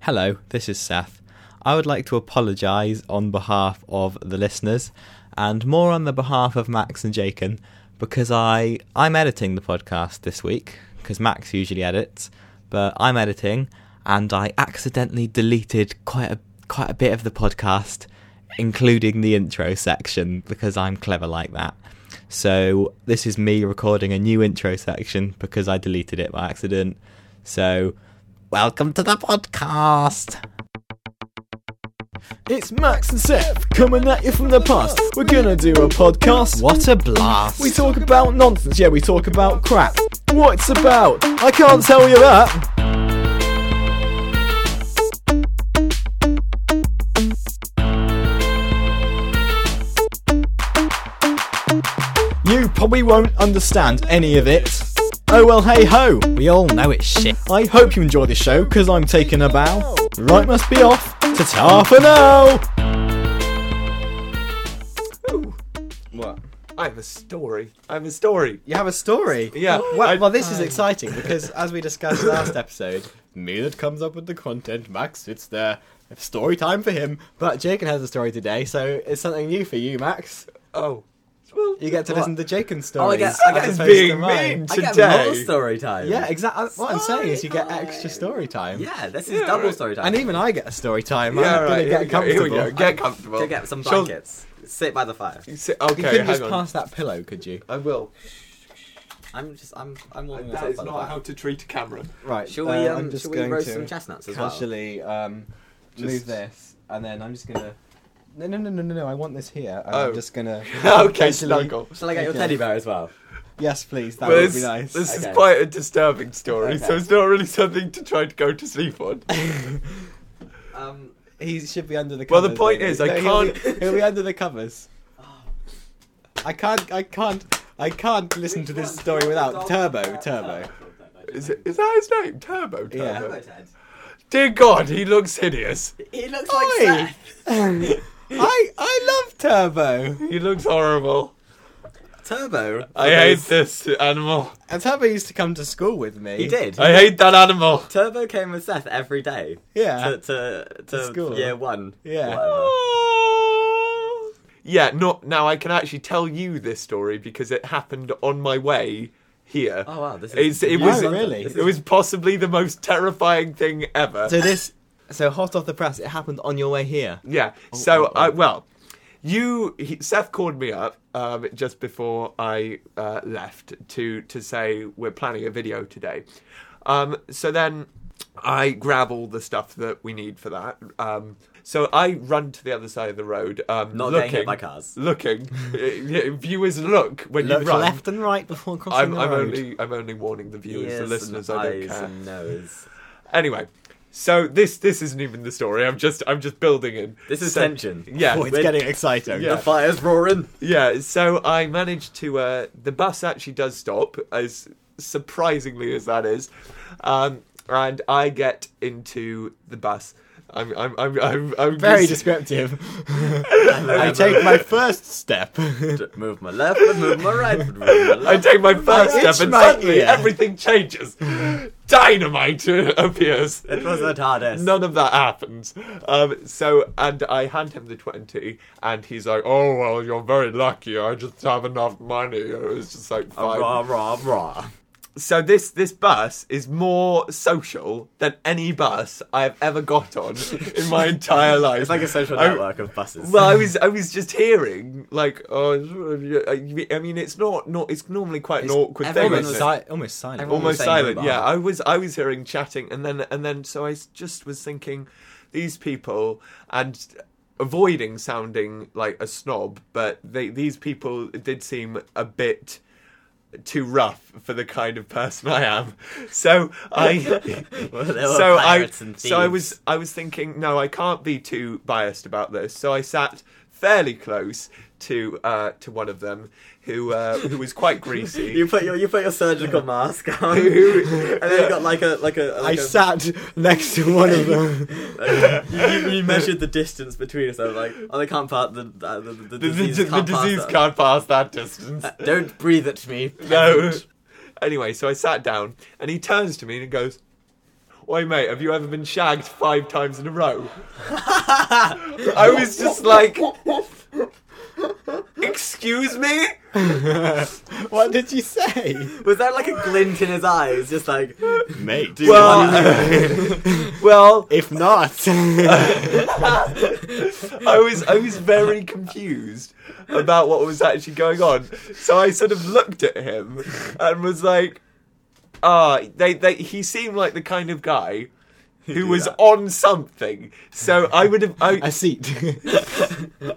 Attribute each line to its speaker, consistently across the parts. Speaker 1: Hello, this is Seth. I would like to apologise on behalf of the listeners and more on the behalf of Max and Jacob because I, I'm editing the podcast this week because Max usually edits, but I'm editing and I accidentally deleted quite a, quite a bit of the podcast, including the intro section because I'm clever like that. So this is me recording a new intro section because I deleted it by accident. So welcome to the podcast.
Speaker 2: It's Max and Seth coming at you from the past. We're gonna do a podcast.
Speaker 1: What a blast.
Speaker 2: We talk about nonsense, yeah, we talk about crap. What it's about, I can't tell you that. You probably won't understand any of it. Oh well, hey ho.
Speaker 1: We all know it's shit.
Speaker 2: I hope you enjoy the show, cause I'm taking a bow. Right, must be off. Ta ta for now!
Speaker 3: What? I have a story. I have a story.
Speaker 1: You have a story.
Speaker 3: Yeah.
Speaker 1: Well,
Speaker 3: I-
Speaker 1: well, this is exciting because, as we discussed last episode,
Speaker 3: Me
Speaker 1: that comes up with the content. Max, it's there. Story time for him. But Jacob has a story today, so it's something new for you, Max.
Speaker 3: Oh. Well,
Speaker 1: You get to listen to Jacob's stories.
Speaker 4: Oh, I get- I
Speaker 1: as
Speaker 4: get-
Speaker 1: opposed
Speaker 3: It's
Speaker 1: to
Speaker 3: being
Speaker 1: mine.
Speaker 3: mean
Speaker 4: I get
Speaker 3: today.
Speaker 4: more story time.
Speaker 1: Yeah, exactly. What I'm saying is, you get extra story time.
Speaker 4: Yeah, this is
Speaker 3: Yeah,
Speaker 4: double
Speaker 3: right.
Speaker 4: story time.
Speaker 1: And even I get a story time.
Speaker 3: Yeah,
Speaker 1: I'm
Speaker 3: right.
Speaker 1: gonna
Speaker 3: here we
Speaker 1: get
Speaker 3: go, here
Speaker 1: comfortable.
Speaker 3: we go. Get comfortable.
Speaker 4: Go get some
Speaker 3: Shall-
Speaker 4: blankets. Sit by the fire.
Speaker 3: sit-
Speaker 1: You
Speaker 3: okay,
Speaker 1: couldn't
Speaker 3: hang
Speaker 1: just
Speaker 3: on.
Speaker 1: pass that pillow, could you?
Speaker 3: I will.
Speaker 4: I'm just, I'm, I'm warming
Speaker 3: That
Speaker 4: myself
Speaker 3: is
Speaker 4: by the
Speaker 3: not how
Speaker 4: fire.
Speaker 3: to treat a camera.
Speaker 1: Right.
Speaker 4: Shall
Speaker 1: uh,
Speaker 4: we,
Speaker 1: I'm
Speaker 4: um,
Speaker 1: just
Speaker 4: shall we
Speaker 1: going
Speaker 4: roast
Speaker 1: to
Speaker 4: some chestnuts as well?
Speaker 1: casually um,
Speaker 3: Just-
Speaker 1: move this, and then I'm just gonna. No, no, no, no, no, no! I want this here. and
Speaker 3: Oh.
Speaker 1: I'm just gonna.
Speaker 3: okay,
Speaker 1: casually-
Speaker 3: snuggle.
Speaker 4: Shall I get your
Speaker 1: Okay.
Speaker 4: teddy bear as well?
Speaker 1: Yes, please. That
Speaker 3: Well,
Speaker 1: would be
Speaker 3: it's-
Speaker 1: nice.
Speaker 3: This
Speaker 4: Okay.
Speaker 3: is quite a disturbing story, so
Speaker 4: Okay.
Speaker 3: it's not really something to try to go to sleep on.
Speaker 4: Um,
Speaker 1: he should be under the.
Speaker 3: Well,
Speaker 1: Covers,
Speaker 3: the point
Speaker 1: maybe.
Speaker 3: is, I
Speaker 1: he'll be-
Speaker 3: can't-
Speaker 1: He'll be under the covers. I can't. I can't. I can't listen to this story without Turbo. Turbo.
Speaker 3: Is, it, is that his name? Turbo. Turbo.
Speaker 1: Yeah.
Speaker 4: Turbo Ted.
Speaker 3: Dear God, he looks hideous.
Speaker 4: He looks
Speaker 1: Oi!
Speaker 4: like
Speaker 1: I I love Turbo.
Speaker 3: He looks horrible.
Speaker 4: Seth. Turbo.
Speaker 3: I hate this animal.
Speaker 1: And Turbo used to come to school with me.
Speaker 4: He did.
Speaker 3: I hate that animal.
Speaker 4: Turbo came with Seth every day.
Speaker 1: Yeah.
Speaker 4: To to, to
Speaker 1: school.
Speaker 4: year one.
Speaker 1: Yeah.
Speaker 4: Whatever.
Speaker 3: Yeah, no, now I can actually tell you this story because it happened on my way here.
Speaker 4: Oh wow, this
Speaker 3: It's,
Speaker 4: is.
Speaker 3: it
Speaker 1: Oh,
Speaker 3: was
Speaker 1: really?
Speaker 3: It was possibly the most terrifying thing ever.
Speaker 1: So this. So hot off the press, it happened on your way here.
Speaker 3: yeah. so,
Speaker 1: oh, oh.
Speaker 3: I, well, you he, Seth called me up um, just before I uh, left to to say we're planning a video today. Um, so then I grab all the stuff that we need for that. Um, so I run to the other side of the road. Um,
Speaker 4: Not
Speaker 3: looking,
Speaker 4: getting hit by cars.
Speaker 3: looking. Yeah, Viewers look when
Speaker 1: Look
Speaker 3: you run.
Speaker 1: left and right before crossing
Speaker 3: I'm,
Speaker 1: the
Speaker 3: I'm
Speaker 1: road.
Speaker 3: only I'm only warning the viewers,
Speaker 4: Ears
Speaker 3: the
Speaker 4: and
Speaker 3: listeners. I don't
Speaker 4: eyes
Speaker 3: care.
Speaker 4: and nose.
Speaker 3: Anyway, so this this isn't even the story. I'm just I'm just building in.
Speaker 4: This is
Speaker 3: So-
Speaker 4: tension.
Speaker 3: Yeah,
Speaker 1: Oh, it's getting exciting.
Speaker 3: Yeah.
Speaker 4: The fire's roaring.
Speaker 3: yeah. So I managed to. Uh, the bus actually does stop, as surprisingly as that is, um, and I get into the bus. I'm I'm I'm I'm, I'm
Speaker 1: Very
Speaker 3: just-
Speaker 1: descriptive. I take my first step.
Speaker 4: Move my left, foot, move my right, foot, move my
Speaker 3: I
Speaker 4: left.
Speaker 3: take my first
Speaker 1: I
Speaker 3: step,
Speaker 1: itch
Speaker 3: and
Speaker 1: my
Speaker 3: suddenly
Speaker 1: ear.
Speaker 3: everything changes. Dynamite appears.
Speaker 4: It was not hardest.
Speaker 3: None of that happens. Um, so, and I hand him the 20, and he's like, oh, well, you're very lucky. I just have enough money. It was just like,
Speaker 1: Oh,
Speaker 3: fine.
Speaker 4: Rah, rah, rah.
Speaker 3: So this, this bus is more social than any bus I have ever got on in my entire life.
Speaker 4: It's like a social
Speaker 3: I-
Speaker 4: network of buses.
Speaker 3: well, I was I was just hearing like oh, I mean it's not not it's normally quite an awkward thing.
Speaker 4: everyone
Speaker 1: almost,
Speaker 3: isn't it?
Speaker 4: was-
Speaker 1: si- almost silent.
Speaker 4: Everyone
Speaker 3: almost
Speaker 4: the same
Speaker 3: silent.
Speaker 4: robot.
Speaker 3: Yeah, I was I was hearing chatting, and then and then so I s- just was thinking, these people and avoiding sounding like a snob, but they, these people did seem a bit too rough for the kind of person I am. So I
Speaker 4: Well, there were
Speaker 3: so I
Speaker 4: pirates and
Speaker 3: so I
Speaker 4: thieves.
Speaker 3: was I was thinking no I can't be too biased about this so I sat fairly close to uh, to one of them who uh, who was quite greasy
Speaker 4: You put your you put your surgical mask on, and
Speaker 3: Who-
Speaker 4: then you got like a like a.
Speaker 1: I
Speaker 4: Like a-
Speaker 1: sat next to one of them.
Speaker 4: like, you, you- you measured the distance between us. I was like, oh, they can't pass the uh, the, the,
Speaker 3: the,
Speaker 4: the disease.
Speaker 3: the, the
Speaker 4: can't pass
Speaker 3: disease
Speaker 4: that.
Speaker 3: can't pass that distance.
Speaker 4: Don't breathe at me.
Speaker 3: no. Anyway, so I sat down and he turns to me and he goes, Oi, mate, have you ever been shagged five times in a row? I was just like, Excuse me?
Speaker 1: What did you say?
Speaker 4: Was that like a glint in his eyes? Just like,
Speaker 1: Mate.
Speaker 3: Well, well,
Speaker 1: if not.
Speaker 3: I was I was very confused about what was actually going on. So I sort of looked at him and was like, "Ah, they, they he seemed like the kind of guy who was
Speaker 4: that.
Speaker 3: on something." So I would have I,
Speaker 1: a seat.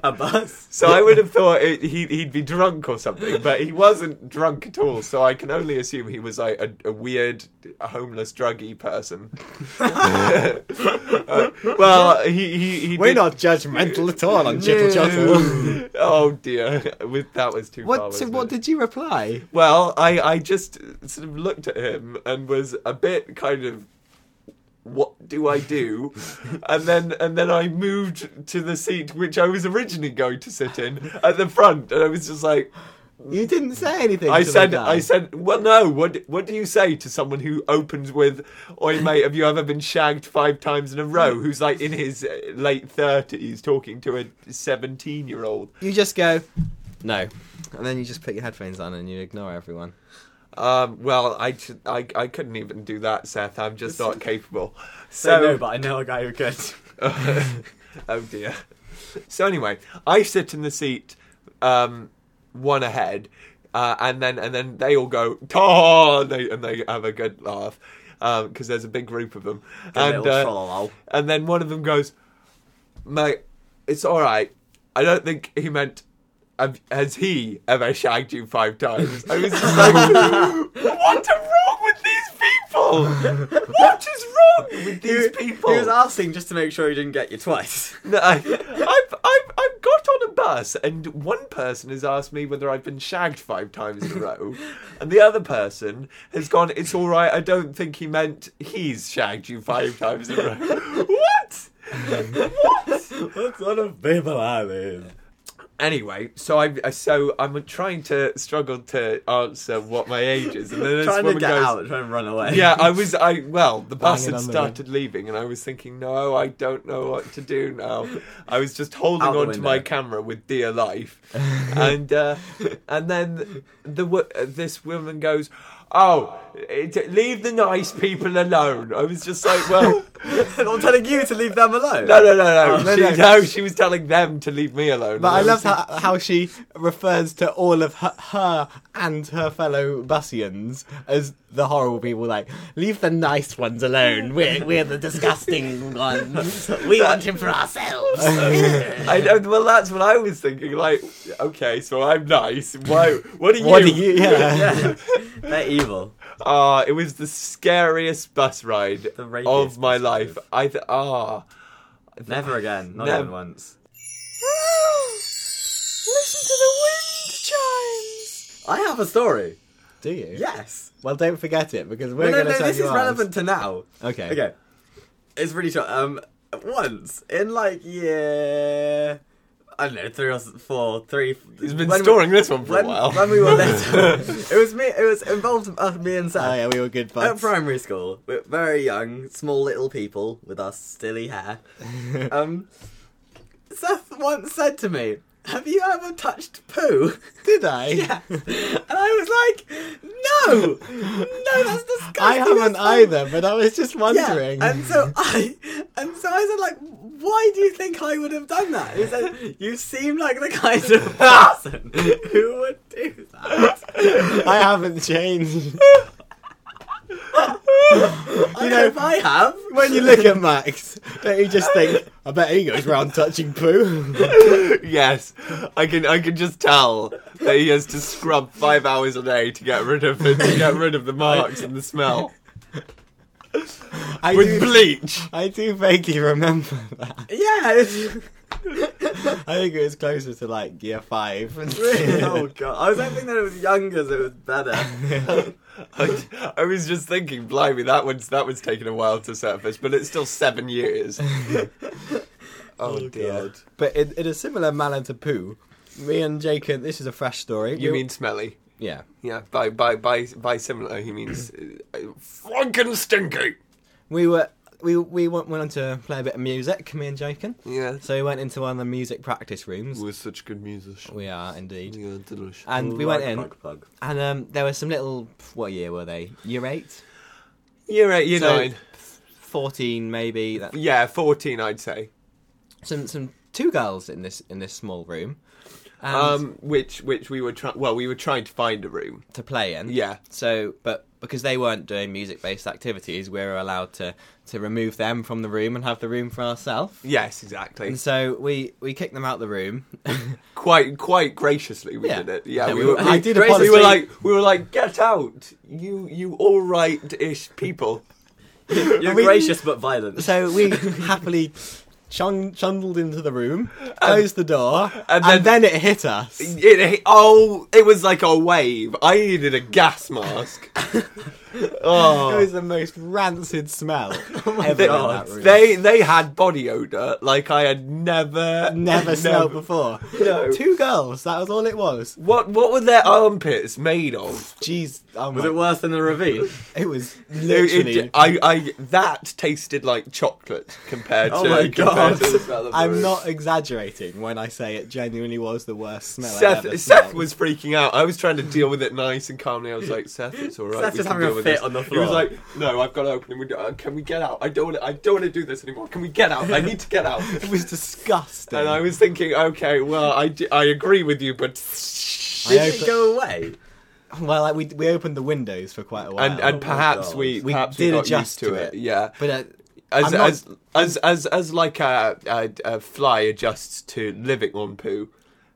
Speaker 4: a bus?
Speaker 3: so I would have thought it, he he'd be drunk or something, but he wasn't drunk at all. So I can only assume he was like a, a weird homeless druggy person. Uh, well, he he, he
Speaker 1: We're
Speaker 3: did-
Speaker 1: not judgmental at all on Chittle
Speaker 4: No.
Speaker 1: Chottle.
Speaker 3: oh dear, With- that was too far.
Speaker 5: What? So
Speaker 3: wasn't
Speaker 5: what
Speaker 3: it?
Speaker 5: did you reply?
Speaker 3: Well, I I just sort of looked at him and was a bit kind of. What do I do? and then and then I moved to the seat which I was originally going to sit in at the front, and I was just like,
Speaker 5: You didn't say anything.
Speaker 3: I
Speaker 5: to the
Speaker 3: said,
Speaker 5: guy.
Speaker 3: I said, well, no. What what do you say to someone who opens with, "Oi, mate, have you ever been shagged five times in a row?" Who's like in his uh, late thirties, talking to a seventeen-year-old.
Speaker 5: You just go, no, and then you just put your headphones on and you ignore everyone.
Speaker 3: Um, well, I, t- I I couldn't even do that, Seth. I'm just not capable.
Speaker 4: So,
Speaker 3: So,
Speaker 4: no, but I know a guy who could.
Speaker 3: oh dear. So anyway, I sit in the seat, um, one ahead, uh, and then and then they all go "Ta!" and they and they have a good laugh because there's a big group of them,
Speaker 4: And,
Speaker 3: and uh,
Speaker 4: uh,
Speaker 3: and then one of them goes, "Mate, it's all right. I don't think he meant." "Have- Has he ever shagged you five times? I was just like, what is wrong with these people? What is wrong with these people?
Speaker 4: He was asking just to make sure he didn't get you twice.
Speaker 3: No, I, I've, I've, I've got on a bus, and one person has asked me whether I've been shagged five times in a row, and the other person has gone, It's all right, I don't think he meant he's shagged you five times in a row. what?
Speaker 4: what sort of people are these?
Speaker 3: Anyway, so I'm so I'm trying to struggle to answer what my age is, and then this
Speaker 4: Trying to
Speaker 3: woman
Speaker 4: get
Speaker 3: goes,
Speaker 4: out, trying to run away.
Speaker 3: Yeah, I was. I well, the bus
Speaker 1: Banging
Speaker 3: had
Speaker 1: on the
Speaker 3: started leaving, and I was thinking, no, I don't know what to do now. I was just holding
Speaker 4: Out the
Speaker 3: on to my
Speaker 4: window.
Speaker 3: camera with dear life, and uh, and then the wo- uh, this woman goes, "Oh, it, leave the nice people alone." I was just like, well.
Speaker 4: I'm telling you to leave them alone.
Speaker 3: No, no, no, no.
Speaker 5: no,
Speaker 3: she,
Speaker 5: no.
Speaker 3: no. she was telling them to leave me alone.
Speaker 1: But I
Speaker 3: And
Speaker 1: love
Speaker 3: was
Speaker 1: how, how she refers to all of her, her and her fellow Bussians as the horrible people. Like, leave the nice ones alone. We're, we're the disgusting ones. We want him for ourselves.
Speaker 3: I know. Well, that's what I was thinking. Like, okay, so I'm nice. Why? What are you?
Speaker 1: what do you? Yeah.
Speaker 4: Yeah. They're evil.
Speaker 3: Ah, it was the scariest bus ride
Speaker 4: The rapiest
Speaker 3: of my
Speaker 4: bus
Speaker 3: life. I th- ah,
Speaker 4: Never again. Not
Speaker 3: Never.
Speaker 4: even once.
Speaker 1: Ah, Listen to the wind chimes.
Speaker 4: I have a story.
Speaker 1: Do you?
Speaker 4: Yes.
Speaker 1: Well, don't forget it because we're
Speaker 4: No, no,
Speaker 1: going to
Speaker 4: no.
Speaker 1: tell
Speaker 4: This
Speaker 1: you
Speaker 4: is
Speaker 1: ours.
Speaker 4: relevant to now.
Speaker 1: Okay.
Speaker 4: Okay. It's really short. Um, once in like year, I don't know, three or s- four, three.
Speaker 3: he's been
Speaker 4: when we-
Speaker 3: storing this one for
Speaker 4: when,
Speaker 3: a while.
Speaker 4: when we were little, it was me. It was involved us, me and
Speaker 1: Oh
Speaker 4: Sam.
Speaker 1: yeah, we were good
Speaker 4: At
Speaker 1: buds.
Speaker 4: primary school, we're very young, small little people with our silly hair. Um, Seth once said to me, "Have you ever touched poo?"
Speaker 1: Did I?
Speaker 4: yeah, and I was like, "No, no, that's disgusting."
Speaker 1: I haven't
Speaker 4: that's
Speaker 1: either, but I was just wondering.
Speaker 4: yeah, and so I, and so I said, like, why do you think I would have done that? He said, you seem like the kind of person who would do that.
Speaker 1: I haven't changed.
Speaker 4: I know, if I have,
Speaker 1: when you look at Max, don't you just think, I bet he goes round touching poo?
Speaker 3: yes, I can. I can just tell that he has to scrub five hours a day to get rid of the, to get rid of the marks and the smell
Speaker 1: I do,
Speaker 3: with bleach.
Speaker 1: I do vaguely remember that.
Speaker 4: yeah. it's-
Speaker 1: I think it was closer to like year five.
Speaker 4: oh god, I was hoping that it was younger, so it was better.
Speaker 3: I, I was just thinking, blimey, that one's that one's taken a while to surface, but it's still seven years. oh, dear.
Speaker 1: But in, in a similar manner to poo, me and Jacob, this is a fresh story.
Speaker 3: You
Speaker 1: We-
Speaker 3: mean smelly?
Speaker 1: yeah?
Speaker 3: Yeah, by by by by similar, he means uh, stinky.
Speaker 1: we were we we went, went on to play a bit of music, me and Jacob.
Speaker 3: Yeah.
Speaker 1: So we went into one of the music practice rooms.
Speaker 3: We're such good musicians.
Speaker 1: We are indeed.
Speaker 3: Oh, Yeah, delicious.
Speaker 1: And we went in,
Speaker 4: Plug, plug.
Speaker 1: and um, there were some little. What year were they? Year eight,
Speaker 3: You're eight, you're
Speaker 1: So-
Speaker 3: nine.
Speaker 1: fourteen, maybe. That,
Speaker 3: Yeah, 14, I'd say.
Speaker 1: some some two girls in this in this small room, and
Speaker 3: Um, which which we were trying. Well, we were trying to find a room.
Speaker 1: to play in.
Speaker 3: Yeah.
Speaker 1: So, but because they weren't doing music based activities, we were allowed to to remove them from the room and have the room for ourselves.
Speaker 3: Yes, exactly.
Speaker 1: And so we we kicked them out the room.
Speaker 3: quite quite graciously we
Speaker 1: Yeah.
Speaker 3: did it. Yeah,
Speaker 1: Yeah,
Speaker 3: we,
Speaker 1: we-
Speaker 3: were.
Speaker 1: I
Speaker 3: we-
Speaker 1: did
Speaker 3: we
Speaker 1: apologise.
Speaker 3: were like we were like get out. You you all right ish people.
Speaker 4: You're gracious but violent.
Speaker 1: so we happily chung- chundled into the room, closed the door,
Speaker 3: and
Speaker 1: and then,
Speaker 3: then-
Speaker 1: it hit us.
Speaker 3: It, it- oh, it was like a wave. I needed a gas mask.
Speaker 1: It
Speaker 3: oh,
Speaker 1: was the most rancid smell
Speaker 4: They-
Speaker 1: ever in that room.
Speaker 3: they they had body odor like I had never
Speaker 1: never smelled before.
Speaker 3: No.
Speaker 1: Two girls, that was all it was.
Speaker 3: What what were their armpits made of?
Speaker 1: Jeez, oh
Speaker 4: Was
Speaker 1: my-
Speaker 4: it worse than the ravine?
Speaker 1: It was
Speaker 3: It-
Speaker 1: literally.
Speaker 3: it- I, I that tasted like chocolate compared to
Speaker 4: Oh my
Speaker 3: compared to
Speaker 4: God.
Speaker 3: the smell of the
Speaker 1: I'm
Speaker 3: room.
Speaker 1: not exaggerating when I say it genuinely was the worst smell. I've ever
Speaker 3: Seth, Seth
Speaker 1: smelled.
Speaker 3: was freaking out. I was trying to deal with it nice and calmly. I was like, Seth, it's all right.
Speaker 4: Seth's
Speaker 3: we
Speaker 4: just
Speaker 3: can
Speaker 4: having a
Speaker 3: deal with
Speaker 4: fit
Speaker 3: this.
Speaker 4: on the
Speaker 3: He was
Speaker 4: floor.
Speaker 3: like, No, I've got to open the window. Uh, Can we get out? I don't want. to I don't want to do this anymore. Can we get out? I need to get out.
Speaker 1: It was disgusting.
Speaker 3: and I was thinking, okay, well, I, d- I agree with you, but
Speaker 1: I
Speaker 4: Did
Speaker 1: open-
Speaker 4: it go away?
Speaker 1: well, like, we we opened the windows for quite a while,
Speaker 3: and and perhaps
Speaker 4: Oh God.
Speaker 3: Oh we
Speaker 1: We
Speaker 3: perhaps
Speaker 1: did
Speaker 3: got
Speaker 1: adjust
Speaker 3: used to
Speaker 1: to
Speaker 3: it.
Speaker 1: it.
Speaker 3: Yeah,
Speaker 1: but uh,
Speaker 3: as
Speaker 1: I'm not-
Speaker 3: as, as as as like a, a, a fly adjusts to living on poo.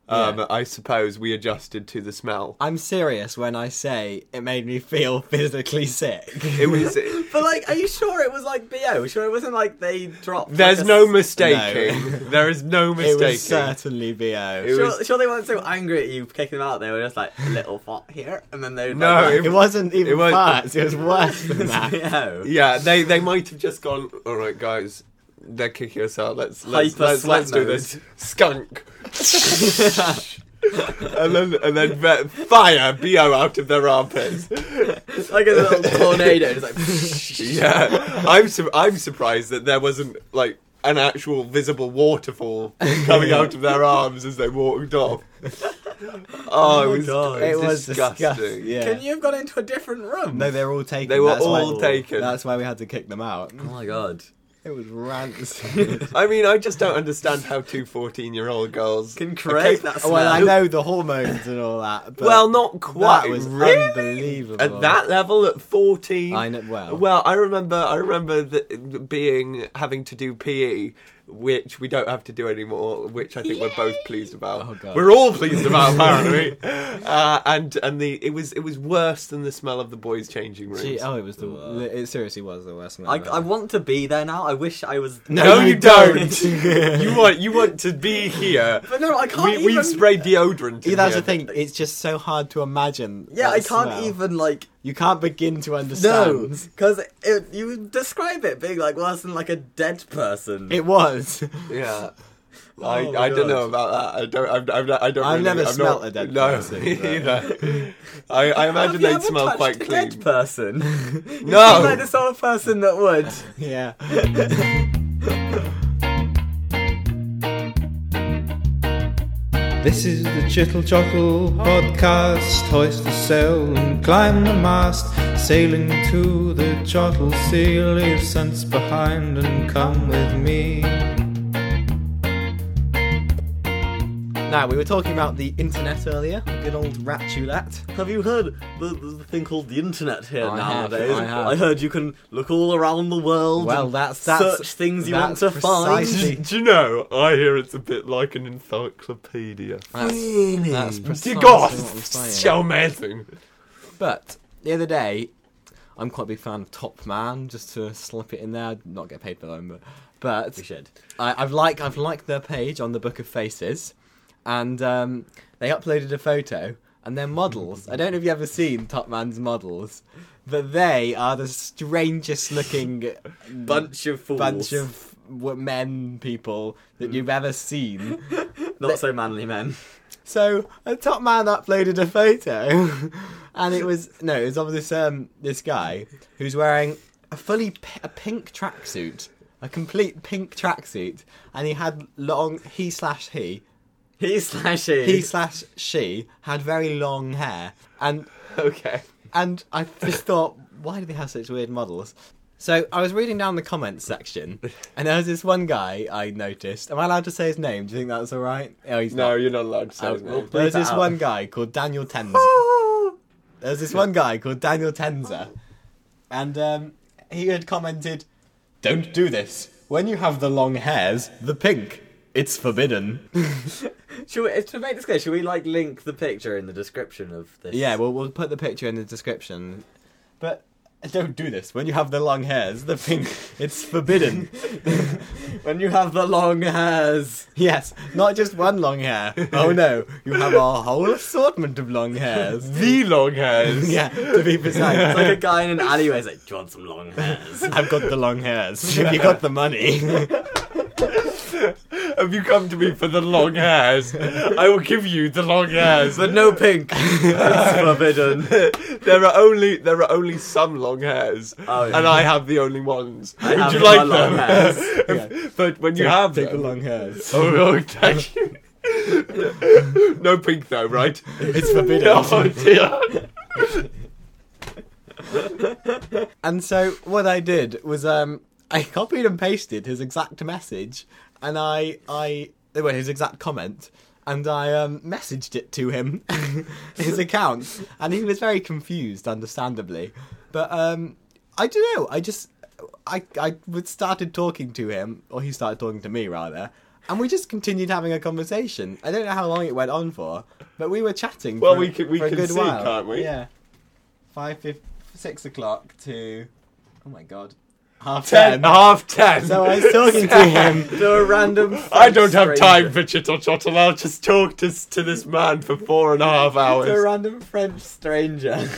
Speaker 3: Um,
Speaker 1: Yeah.
Speaker 3: I suppose we adjusted to the smell.
Speaker 1: I'm serious when I say it made me feel physically sick.
Speaker 3: It was.
Speaker 4: But like, are you sure it was like bo? Sure, it wasn't like they dropped.
Speaker 3: There's
Speaker 4: like, a
Speaker 3: no
Speaker 4: s-
Speaker 3: mistaking. there is no
Speaker 1: it
Speaker 3: mistaking.
Speaker 1: was certainly bo.
Speaker 3: It
Speaker 4: Sure,
Speaker 3: was-
Speaker 4: sure, they weren't so angry at you kicking them out. They were just like a little fart here, and then they would
Speaker 3: No,
Speaker 4: like,
Speaker 1: It wasn't even
Speaker 3: It
Speaker 1: it
Speaker 3: was-
Speaker 1: It was worse than that.
Speaker 4: BO.
Speaker 3: yeah, they they might have just gone. All right, guys, they're kicking us out. Let's let's
Speaker 4: Hyper
Speaker 3: let's,
Speaker 4: sweat
Speaker 3: let's do
Speaker 4: mode.
Speaker 3: this. Skunk. and then and then ve- fire bo out of their armpits.
Speaker 4: like a little tornado. Just like,
Speaker 3: Yeah, I'm su- I'm surprised that there wasn't like an actual visible waterfall coming out of their arms as they walked off. Oh, it was,
Speaker 4: God.
Speaker 1: It was
Speaker 3: disgusting.
Speaker 1: disgusting. Yeah.
Speaker 4: can you have gone into a different room?
Speaker 1: No, they were all taken.
Speaker 3: They were
Speaker 1: That's why-
Speaker 3: all taken.
Speaker 1: That's why we had to kick them out.
Speaker 4: Oh my god!
Speaker 1: It was rancid.
Speaker 3: I mean, I just don't understand how two 14 year old girls
Speaker 4: Can create that
Speaker 3: Oh,
Speaker 4: smell.
Speaker 1: well, I know the hormones and all that. But
Speaker 3: Well, not quite.
Speaker 1: that was
Speaker 3: really?
Speaker 1: unbelievable.
Speaker 3: At that level, at fourteen,
Speaker 1: I know- well.
Speaker 3: well, I remember, I remember that being having to do PE, which we don't have to do anymore, which I think we're both pleased about.
Speaker 1: Oh, God.
Speaker 3: We're all pleased about, apparently. uh, and and the it was it was worse than the smell of the boys' changing rooms.
Speaker 1: Gee, oh, it was the. It seriously was the worst.
Speaker 4: I, I want to be there now. I wish I was.
Speaker 3: no, you don't. you want you want to be here.
Speaker 4: But no, I can't
Speaker 3: We,
Speaker 4: even.
Speaker 3: We've sprayed deodorant. in
Speaker 1: Yeah, that's
Speaker 3: here.
Speaker 1: the thing. It's just so hard to imagine.
Speaker 4: yeah,
Speaker 1: that
Speaker 4: I can't
Speaker 1: smell.
Speaker 4: even like.
Speaker 1: You can't begin to
Speaker 4: No,
Speaker 1: understand.
Speaker 4: because you describe it being like worse than like a dead person.
Speaker 1: It was.
Speaker 3: Yeah.
Speaker 1: Oh,
Speaker 3: I,
Speaker 1: my
Speaker 3: I don't
Speaker 1: God.
Speaker 3: know about that. I don't. I've, I've, not- I don't.
Speaker 1: I've
Speaker 3: really,
Speaker 1: never
Speaker 3: I'm
Speaker 1: smelt
Speaker 3: not,
Speaker 1: a dead
Speaker 3: no,
Speaker 1: person, but-
Speaker 3: either. I, I imagine
Speaker 4: Have you
Speaker 3: they'd
Speaker 4: ever
Speaker 3: smell
Speaker 4: touched
Speaker 3: quite
Speaker 4: a
Speaker 3: clean.
Speaker 4: Dead person.
Speaker 3: No.
Speaker 4: You're like the sort of person that would.
Speaker 1: yeah.
Speaker 6: This is the Chittle Chottle podcast. Hoist the sail and climb the mast. Sailing to the Chottle Sea. Leave sense behind and come with me.
Speaker 1: Now we were talking about the internet earlier. Good old ratulat.
Speaker 4: Have you heard the, the thing called the internet here
Speaker 1: I have,
Speaker 4: nowadays?
Speaker 1: I have.
Speaker 4: heard you can look all around the world.
Speaker 1: Well,
Speaker 4: and
Speaker 1: that's- that's-
Speaker 4: search things you want
Speaker 1: that's
Speaker 4: to
Speaker 1: precisely-
Speaker 4: find.
Speaker 3: Do you know? I hear it's a bit like an encyclopedia.
Speaker 4: Really?
Speaker 1: That's precisely what I'm
Speaker 3: Digoth,
Speaker 1: saying.
Speaker 3: so amazing.
Speaker 1: But the other day, I'm quite a big fan of Top Man. Just to slip it in there, I'd not get paid for them, but but
Speaker 4: We should.
Speaker 1: I, I've like I've liked their page on the Book of Faces, and um, they uploaded a photo and their models. I don't know if you've ever seen Top Man's models, but they are the strangest looking
Speaker 4: Bunch of fools. Mm.
Speaker 1: bunch of w- men people that you've ever seen.
Speaker 4: not so manly men.
Speaker 1: So a top man uploaded a photo, and it was no, it was of this um this guy who's wearing a fully p- a pink tracksuit, a complete pink tracksuit, and he had long he slash he
Speaker 4: He slash he.
Speaker 1: he slash she had very long hair, and
Speaker 3: Okay.
Speaker 1: and I just thought, why do they have such weird models? So I was reading down the comments section, and there was this one guy I noticed. Am I allowed to say his name? Do you think that's all right? Oh, he's
Speaker 3: No,
Speaker 1: not.
Speaker 3: you're not allowed to say
Speaker 1: Oh,
Speaker 3: his name.
Speaker 1: There's
Speaker 4: that
Speaker 1: this
Speaker 4: out.
Speaker 1: one guy called Daniel Tenza. There's this one guy called Daniel Tenza, and um, he had commented, "Don't do this. When you have the long hairs, the pink, it's forbidden."
Speaker 4: Should we, eh, to make this clear, should we like link the picture in the description of this?
Speaker 1: yeah, well, we'll put the picture in the description. But don't do this. When you have the long hairs, the pink, it's forbidden.
Speaker 4: when you have the long hairs.
Speaker 1: yes, not just one long hair. Oh no, you have a whole assortment of long hairs.
Speaker 3: The long hairs.
Speaker 1: yeah, to be precise.
Speaker 4: It's like a guy in an alleyway is like, "Do you want some long hairs?"
Speaker 1: I've got the long hairs. Have you got the money?
Speaker 3: Have you come to me for the long hairs? I will give you the long hairs.
Speaker 4: but no pink. it's forbidden.
Speaker 3: there are only there are only some long hairs,
Speaker 4: Oh, yeah.
Speaker 3: and I have the only ones.
Speaker 4: I have
Speaker 3: Would you
Speaker 4: my
Speaker 3: like
Speaker 4: long
Speaker 3: them?
Speaker 4: hairs.
Speaker 3: but when you have
Speaker 1: Take the
Speaker 3: them,
Speaker 1: long hairs.
Speaker 3: oh, oh, thank you. no pink though, right?
Speaker 1: It's forbidden.
Speaker 3: Oh dear.
Speaker 1: And so what I did was um, I copied and pasted his exact message, and I I well his exact comment, and I um, messaged it to him, his account, and he was very confused, understandably. But um, I don't know. I just I I would started talking to him, or he started talking to me rather. And we just continued having a conversation. I don't know how long it went on for, but we were chatting.
Speaker 3: Well,
Speaker 1: for,
Speaker 3: we can- we
Speaker 1: for a
Speaker 3: can
Speaker 1: good
Speaker 3: see,
Speaker 1: while.
Speaker 3: can't we?
Speaker 1: Yeah, five fif- six o'clock to oh my god half
Speaker 3: Ten,
Speaker 1: ten.
Speaker 3: half ten.
Speaker 1: So I was talking to him.
Speaker 4: Do a random.
Speaker 3: I don't have
Speaker 4: stranger-
Speaker 3: time for chittle chottle. I'll just talk to s- to this man for four and a half
Speaker 1: to a
Speaker 3: hours.
Speaker 1: random French stranger.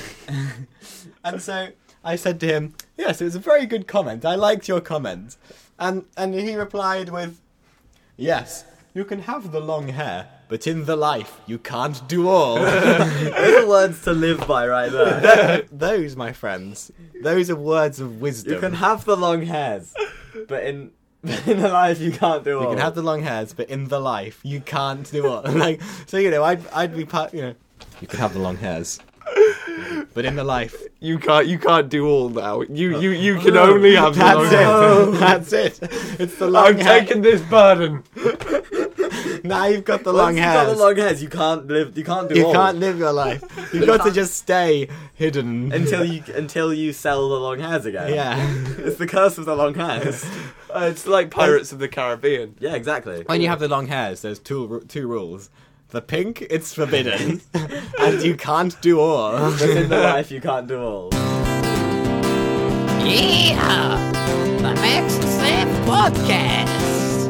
Speaker 1: and so I said to him, Yes, it was a very good comment. I liked your comment. And and he replied with Yes, you can have the long hair, but in the life you can't do all.
Speaker 4: Those are words to live by, right there.
Speaker 1: those, my friends, those are words of wisdom.
Speaker 4: you can have the long hairs, but in in the life you can't do all.
Speaker 1: You can have the long hairs, but in the life you can't do what. like so, you know, I'd I'd be part. You know, you can have the long hairs, but in the life
Speaker 3: You can't you can't do all now. You you you can only have the long
Speaker 1: Oh. that's it.
Speaker 3: hairs.
Speaker 1: That's it. It's the long.
Speaker 3: I'm
Speaker 1: hair.
Speaker 3: taking this burden.
Speaker 1: Now you've got the long
Speaker 4: Once you've got
Speaker 1: hairs.
Speaker 4: the long hairs. You can't live. You can't do
Speaker 1: you
Speaker 4: all.
Speaker 1: can't live your life. You've got to just stay hidden
Speaker 4: until you until you sell the long hairs again.
Speaker 1: Yeah.
Speaker 4: it's the curse of the long hairs.
Speaker 3: Uh, it's like Pirates of the Caribbean.
Speaker 4: Yeah, exactly.
Speaker 1: When you have the long hairs, there's two ru- two rules. The pink, it's forbidden, and you can't do all.
Speaker 4: But in the life you can't do all.
Speaker 7: Yeah, the Max and Sam podcast.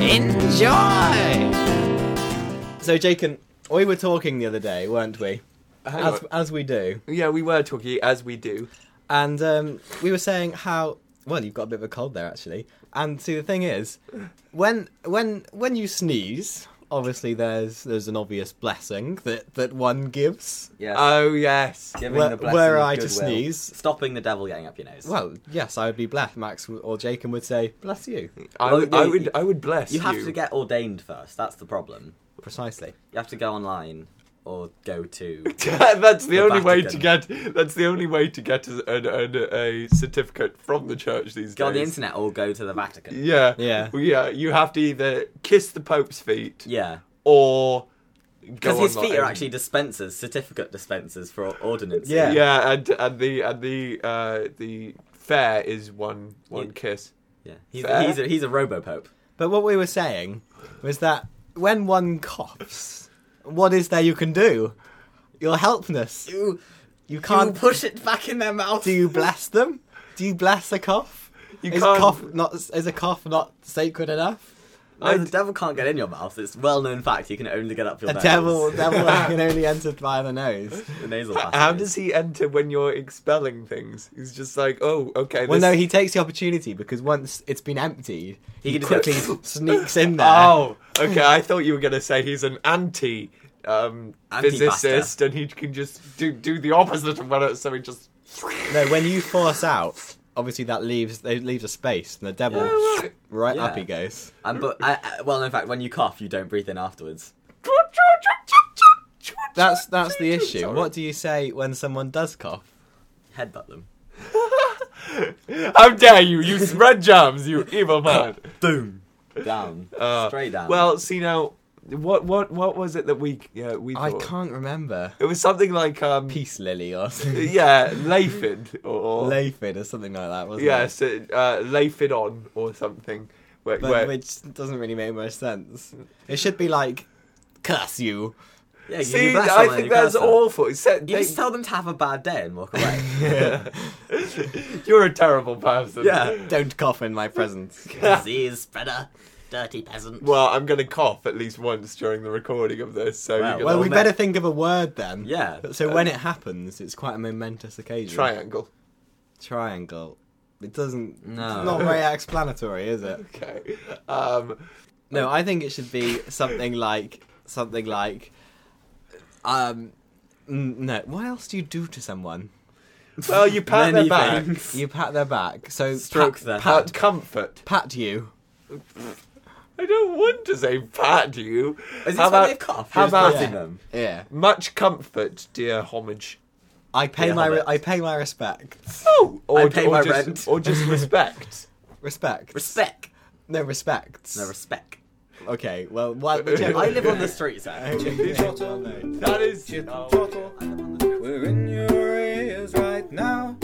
Speaker 7: Enjoy.
Speaker 1: So, Jacob, we were talking the other day, weren't we?
Speaker 3: Hang
Speaker 1: As
Speaker 3: on.
Speaker 1: as we do.
Speaker 3: Yeah, we were talking as we do.
Speaker 1: and um, we were saying how well you've got a bit of a cold there actually and see the thing is when when when you sneeze obviously there's there's an obvious blessing that that one gives
Speaker 4: Yeah.
Speaker 3: Oh yes.
Speaker 4: giving
Speaker 1: Uh, where-
Speaker 4: the blessing
Speaker 1: where
Speaker 4: of
Speaker 1: I to
Speaker 4: goodwill.
Speaker 1: sneeze?
Speaker 4: Stopping the devil getting up your nose.
Speaker 1: well yes i would be blessed max w- or jacob would say bless you
Speaker 3: I,
Speaker 4: Well,
Speaker 3: would,
Speaker 4: yeah,
Speaker 3: I
Speaker 4: you-
Speaker 3: would I would bless you.
Speaker 4: you have to get ordained first. That's the problem.
Speaker 1: precisely
Speaker 4: You have to go online or go to.
Speaker 3: that's the,
Speaker 4: The
Speaker 3: only way to
Speaker 4: Vatican.
Speaker 3: get. That's the only way to get a, an, an, a certificate from the church these
Speaker 4: Go on the
Speaker 3: days.
Speaker 4: internet or go to the Vatican.
Speaker 3: Yeah,
Speaker 1: Yeah.
Speaker 3: Well, yeah. You have to either kiss the Pope's feet
Speaker 4: Yeah.
Speaker 3: or
Speaker 4: Because
Speaker 3: because
Speaker 4: his feet are actually dispensers, certificate dispensers for ordinances.
Speaker 1: Yeah.
Speaker 3: Yeah, and and the and the uh, the fair is one one
Speaker 4: Yeah.
Speaker 3: kiss.
Speaker 4: yeah. He's,
Speaker 3: Fair.
Speaker 4: he's, a, he's a robo-pope.
Speaker 1: but what we were saying was that when one coughs what is there you can do you're helpless
Speaker 4: You,
Speaker 1: you can't
Speaker 4: push it back in their mouth.
Speaker 1: do you bless them do you bless a cough
Speaker 3: You
Speaker 1: is
Speaker 3: can't-
Speaker 1: cough not is a cough not sacred enough
Speaker 4: No, the devil can't get in your mouth. It's well known fact. You can only get up your
Speaker 1: The
Speaker 4: nose.
Speaker 1: devil, devil can only enter via the nose.
Speaker 4: The nasal
Speaker 3: How
Speaker 4: passages.
Speaker 3: does he enter when you're expelling things? He's just like, oh, okay.
Speaker 1: Well,
Speaker 3: this-
Speaker 1: no, he takes the opportunity because once it's been emptied, he,
Speaker 4: He can
Speaker 1: quickly
Speaker 4: just go-
Speaker 1: sneaks in there.
Speaker 3: Oh, okay. I thought you were going to say he's an anti um,
Speaker 4: Anti-buster.
Speaker 3: physicist and he can just do do the opposite of what it, so he just
Speaker 1: No, when you force out, obviously that leaves they leaves a space, and the devil right, up
Speaker 4: Yeah.
Speaker 1: he goes.
Speaker 4: And but I, I, well, in fact, when you cough, you don't breathe in afterwards.
Speaker 1: That's that's the issue. What do you say when someone does cough?
Speaker 4: Headbutt them.
Speaker 3: How dare you use red jams, you evil man!
Speaker 4: Boom. Down.
Speaker 3: Uh,
Speaker 4: Straight down.
Speaker 3: Well, see now, what what what was it that we uh, we
Speaker 1: I
Speaker 3: thought?
Speaker 1: can't remember.
Speaker 3: It was something like um,
Speaker 1: Peace lily or something.
Speaker 3: yeah, Lafid or, or
Speaker 1: Lathid or something like that, wasn't
Speaker 3: yeah,
Speaker 1: it?
Speaker 3: so, uh, Lafid on or something. Where,
Speaker 1: But
Speaker 3: where-
Speaker 1: which doesn't really make much sense. It should be like curse you.
Speaker 4: yeah, you- you
Speaker 3: see, I
Speaker 4: blast someone and
Speaker 3: think
Speaker 4: you curse
Speaker 3: that's
Speaker 4: them.
Speaker 3: awful. It's set-
Speaker 4: You
Speaker 3: they-
Speaker 4: just tell them to have a bad day and walk away.
Speaker 3: You're a terrible person.
Speaker 4: yeah.
Speaker 1: Don't cough in my presence.
Speaker 4: Disease spreader. Dirty peasant.
Speaker 3: Well, I'm going to cough at least once during the recording of this, so
Speaker 4: Wow.
Speaker 3: you can
Speaker 1: well, we
Speaker 4: mate.
Speaker 1: better think of a word then.
Speaker 4: Yeah.
Speaker 1: So when it happens, it's quite a momentous occasion.
Speaker 3: triangle.
Speaker 1: Triangle. It doesn't.
Speaker 4: No.
Speaker 1: It's not very explanatory, is it?
Speaker 3: Okay. Um,
Speaker 1: No, I think it should be something like something like. Um, mm, no. What else do you do to someone?
Speaker 3: well, you pat their
Speaker 4: Many
Speaker 3: back.
Speaker 4: things.
Speaker 1: You pat their back. So
Speaker 4: Stroke
Speaker 1: pat,
Speaker 4: their
Speaker 1: pat,
Speaker 3: Pat comfort.
Speaker 1: pat you.
Speaker 3: I don't want to say pat you.
Speaker 4: Is this
Speaker 3: How
Speaker 4: when
Speaker 3: about-
Speaker 4: they've coughed?
Speaker 3: How
Speaker 4: You're just
Speaker 3: about
Speaker 4: patting them?
Speaker 1: Yeah.
Speaker 3: much comfort, dear homage?
Speaker 1: I pay
Speaker 4: Yeah,
Speaker 1: my re-
Speaker 4: hobbits.
Speaker 1: I pay my respects.
Speaker 3: Oh, or,
Speaker 4: I pay
Speaker 3: or
Speaker 4: my
Speaker 3: just,
Speaker 4: rent.
Speaker 3: or just respect.
Speaker 1: Respect.
Speaker 4: Respect.
Speaker 1: no respects.
Speaker 4: No respect.
Speaker 1: okay. Well, why?
Speaker 4: I live on the streets, actually.
Speaker 3: that is.
Speaker 6: We're in your ears right now.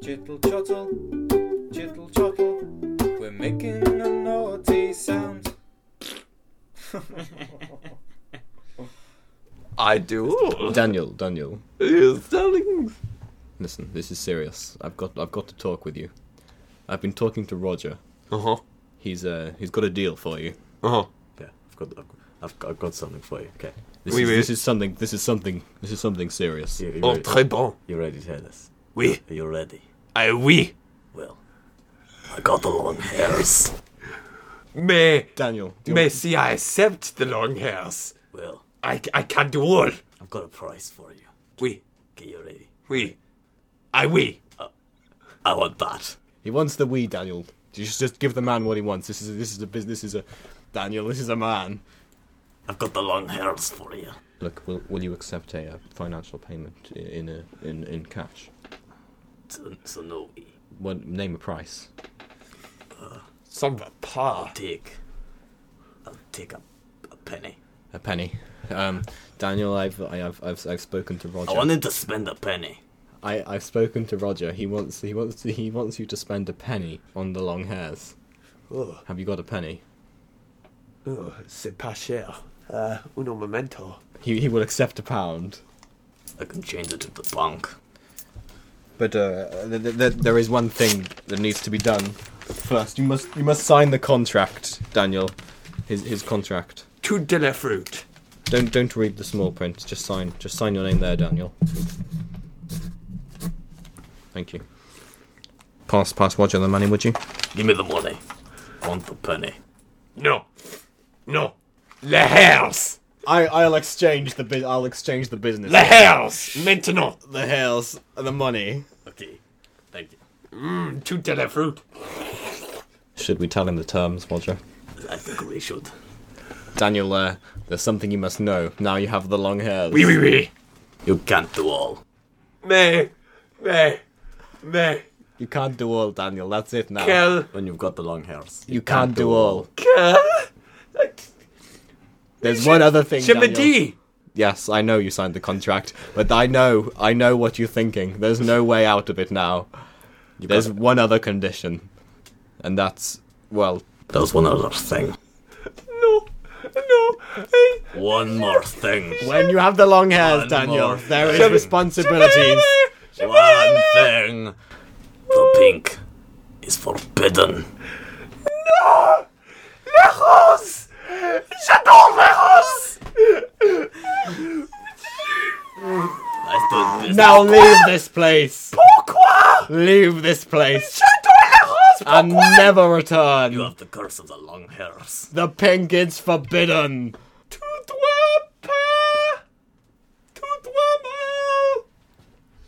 Speaker 6: Chittle chottle, chittle chottle. We're making a naughty sound.
Speaker 3: I do.
Speaker 1: Daniel, Daniel,
Speaker 3: Yes, darling.
Speaker 1: listen. This is serious. I've got I've got to talk with you. I've been talking to Roger.
Speaker 3: Uh huh.
Speaker 1: He's uh he's got a deal for you.
Speaker 3: Uh huh.
Speaker 4: Yeah, I've got, I've, I've got, I've got something for you. Okay.
Speaker 1: This,
Speaker 3: Oui,
Speaker 1: is,
Speaker 3: oui.
Speaker 1: this is something. This is something. This is something serious.
Speaker 4: You,
Speaker 3: Oh, très bon.
Speaker 4: you're ready to hear this?
Speaker 3: Oui.
Speaker 4: Are you ready?
Speaker 3: I oui.
Speaker 4: Well, I got the long hairs.
Speaker 3: Mais,
Speaker 1: Daniel, do you
Speaker 3: mais si I accept the long hairs,
Speaker 4: Well,
Speaker 3: I, I can do all.
Speaker 4: I've got a price for you.
Speaker 3: Oui.
Speaker 4: Okay, you ready?
Speaker 3: Oui. I oui.
Speaker 4: I want that.
Speaker 1: He wants the wee, Daniel. You should just give the man what he wants. This is a, this is a business. This is a Daniel. This is a man.
Speaker 4: I've got the long hairs for you.
Speaker 1: Look, will, will you accept a, uh financial payment i- in a, in in cash?
Speaker 4: So, so no,
Speaker 1: What name a price?
Speaker 3: Some pa.
Speaker 4: take. I'll take a, a penny.
Speaker 1: A penny. Um, Daniel, I've I- I've I've, I've spoken to Roger.
Speaker 4: I wanted to spend a penny.
Speaker 1: I I've spoken to Roger. He wants he wants to, he wants you to spend a penny on the long hairs.
Speaker 3: Ugh.
Speaker 1: Have you got a penny?
Speaker 3: Ugh, Oh, c'est pas cher. Uh, uno momento.
Speaker 1: He he will accept a pound.
Speaker 4: I can change it to the bank.
Speaker 1: But uh, th- th- th- there is one thing that needs to be done. First, you must you must sign the contract, Daniel. His his contract.
Speaker 3: Tout de la fruit.
Speaker 1: Don't don't read the small print. Just sign just sign your name there, Daniel. Thank you. Pass pass Roger the money, would you?
Speaker 4: Give me the money. I want the penny.
Speaker 3: No. No. Les hairs.
Speaker 1: I I'll exchange the bu- I'll exchange the business.
Speaker 3: Les hairs. Maintenant.
Speaker 1: the hairs and the money.
Speaker 4: Okay. Thank you.
Speaker 3: Tout de la fruit.
Speaker 1: Should we tell him the terms, Roger?
Speaker 4: I think we should.
Speaker 1: Daniel, uh, there's something you must know. Now you have the long hairs.
Speaker 3: Oui, oui, oui.
Speaker 4: You can't do all.
Speaker 3: Mais, mais, mais.
Speaker 1: You can't do all, Daniel. That's it now.
Speaker 3: Quel,
Speaker 4: When you've got the long hairs.
Speaker 1: you can't, do all.
Speaker 3: quel.
Speaker 1: There's one other thing.
Speaker 3: Je me
Speaker 1: Daniel.
Speaker 3: dis.
Speaker 1: Yes, I know you signed the contract, but I know, I know what you're thinking. There's no way out of it now. There's one other condition, and that's well,
Speaker 4: There was one other thing.
Speaker 3: No. No. Eh,
Speaker 4: One more thing.
Speaker 1: when you have the long hairs,
Speaker 4: One
Speaker 1: Daniel,
Speaker 4: more
Speaker 1: there is
Speaker 3: thing.
Speaker 1: responsibilities.
Speaker 4: One thing. The pink is forbidden.
Speaker 3: Les roses. J'adore les roses.
Speaker 4: I thought this
Speaker 1: Now leave this place.
Speaker 3: Pourquoi?
Speaker 1: Leave this place
Speaker 3: J'adore les roses.
Speaker 1: and
Speaker 3: Pourquoi?
Speaker 1: never return.
Speaker 4: you have the curse of the long hairs.
Speaker 1: The pink is forbidden.
Speaker 3: Tu dois pas. Tu dois mal.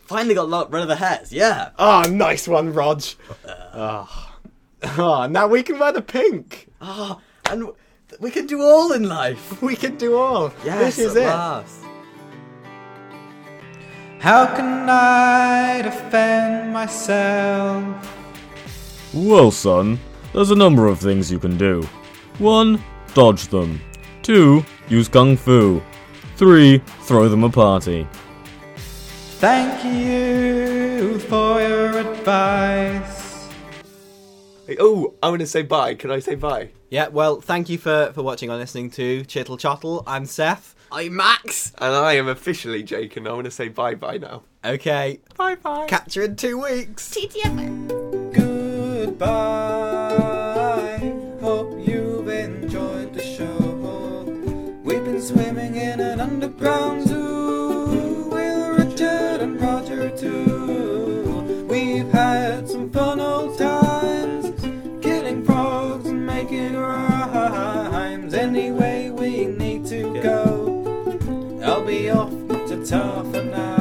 Speaker 4: Finally got lo- rid of the hats. Yeah.
Speaker 1: Ah, nice one, Rog. Ah, Ah, now we can wear the pink.
Speaker 4: Ah, and w- th- we can do all in life.
Speaker 1: We can do all.
Speaker 4: Yes,
Speaker 1: this is
Speaker 4: at
Speaker 1: it.
Speaker 4: last.
Speaker 6: How can I defend myself?
Speaker 8: Well, son, there's a number of things you can do. 1. Dodge them. 2. Use kung fu. 3. Throw them a party.
Speaker 6: Thank you for your advice.
Speaker 3: Like, oh, I want to say bye. Can I say bye?
Speaker 5: Yeah, well, thank you for, for watching and listening to Chittle Chottle. I'm Seth.
Speaker 4: I Max.
Speaker 3: And I am officially Jake, and I want to say bye bye now.
Speaker 5: Okay,
Speaker 3: Bye bye.
Speaker 5: catch you in two weeks.
Speaker 7: TTFN.
Speaker 6: Goodbye. Hope you've enjoyed the show. We've been swimming in an underground zoo with Richard and Roger too. We've had some fun old times, killing frogs and making rhymes. Anyway, we need to go. I'll be off to tar for now.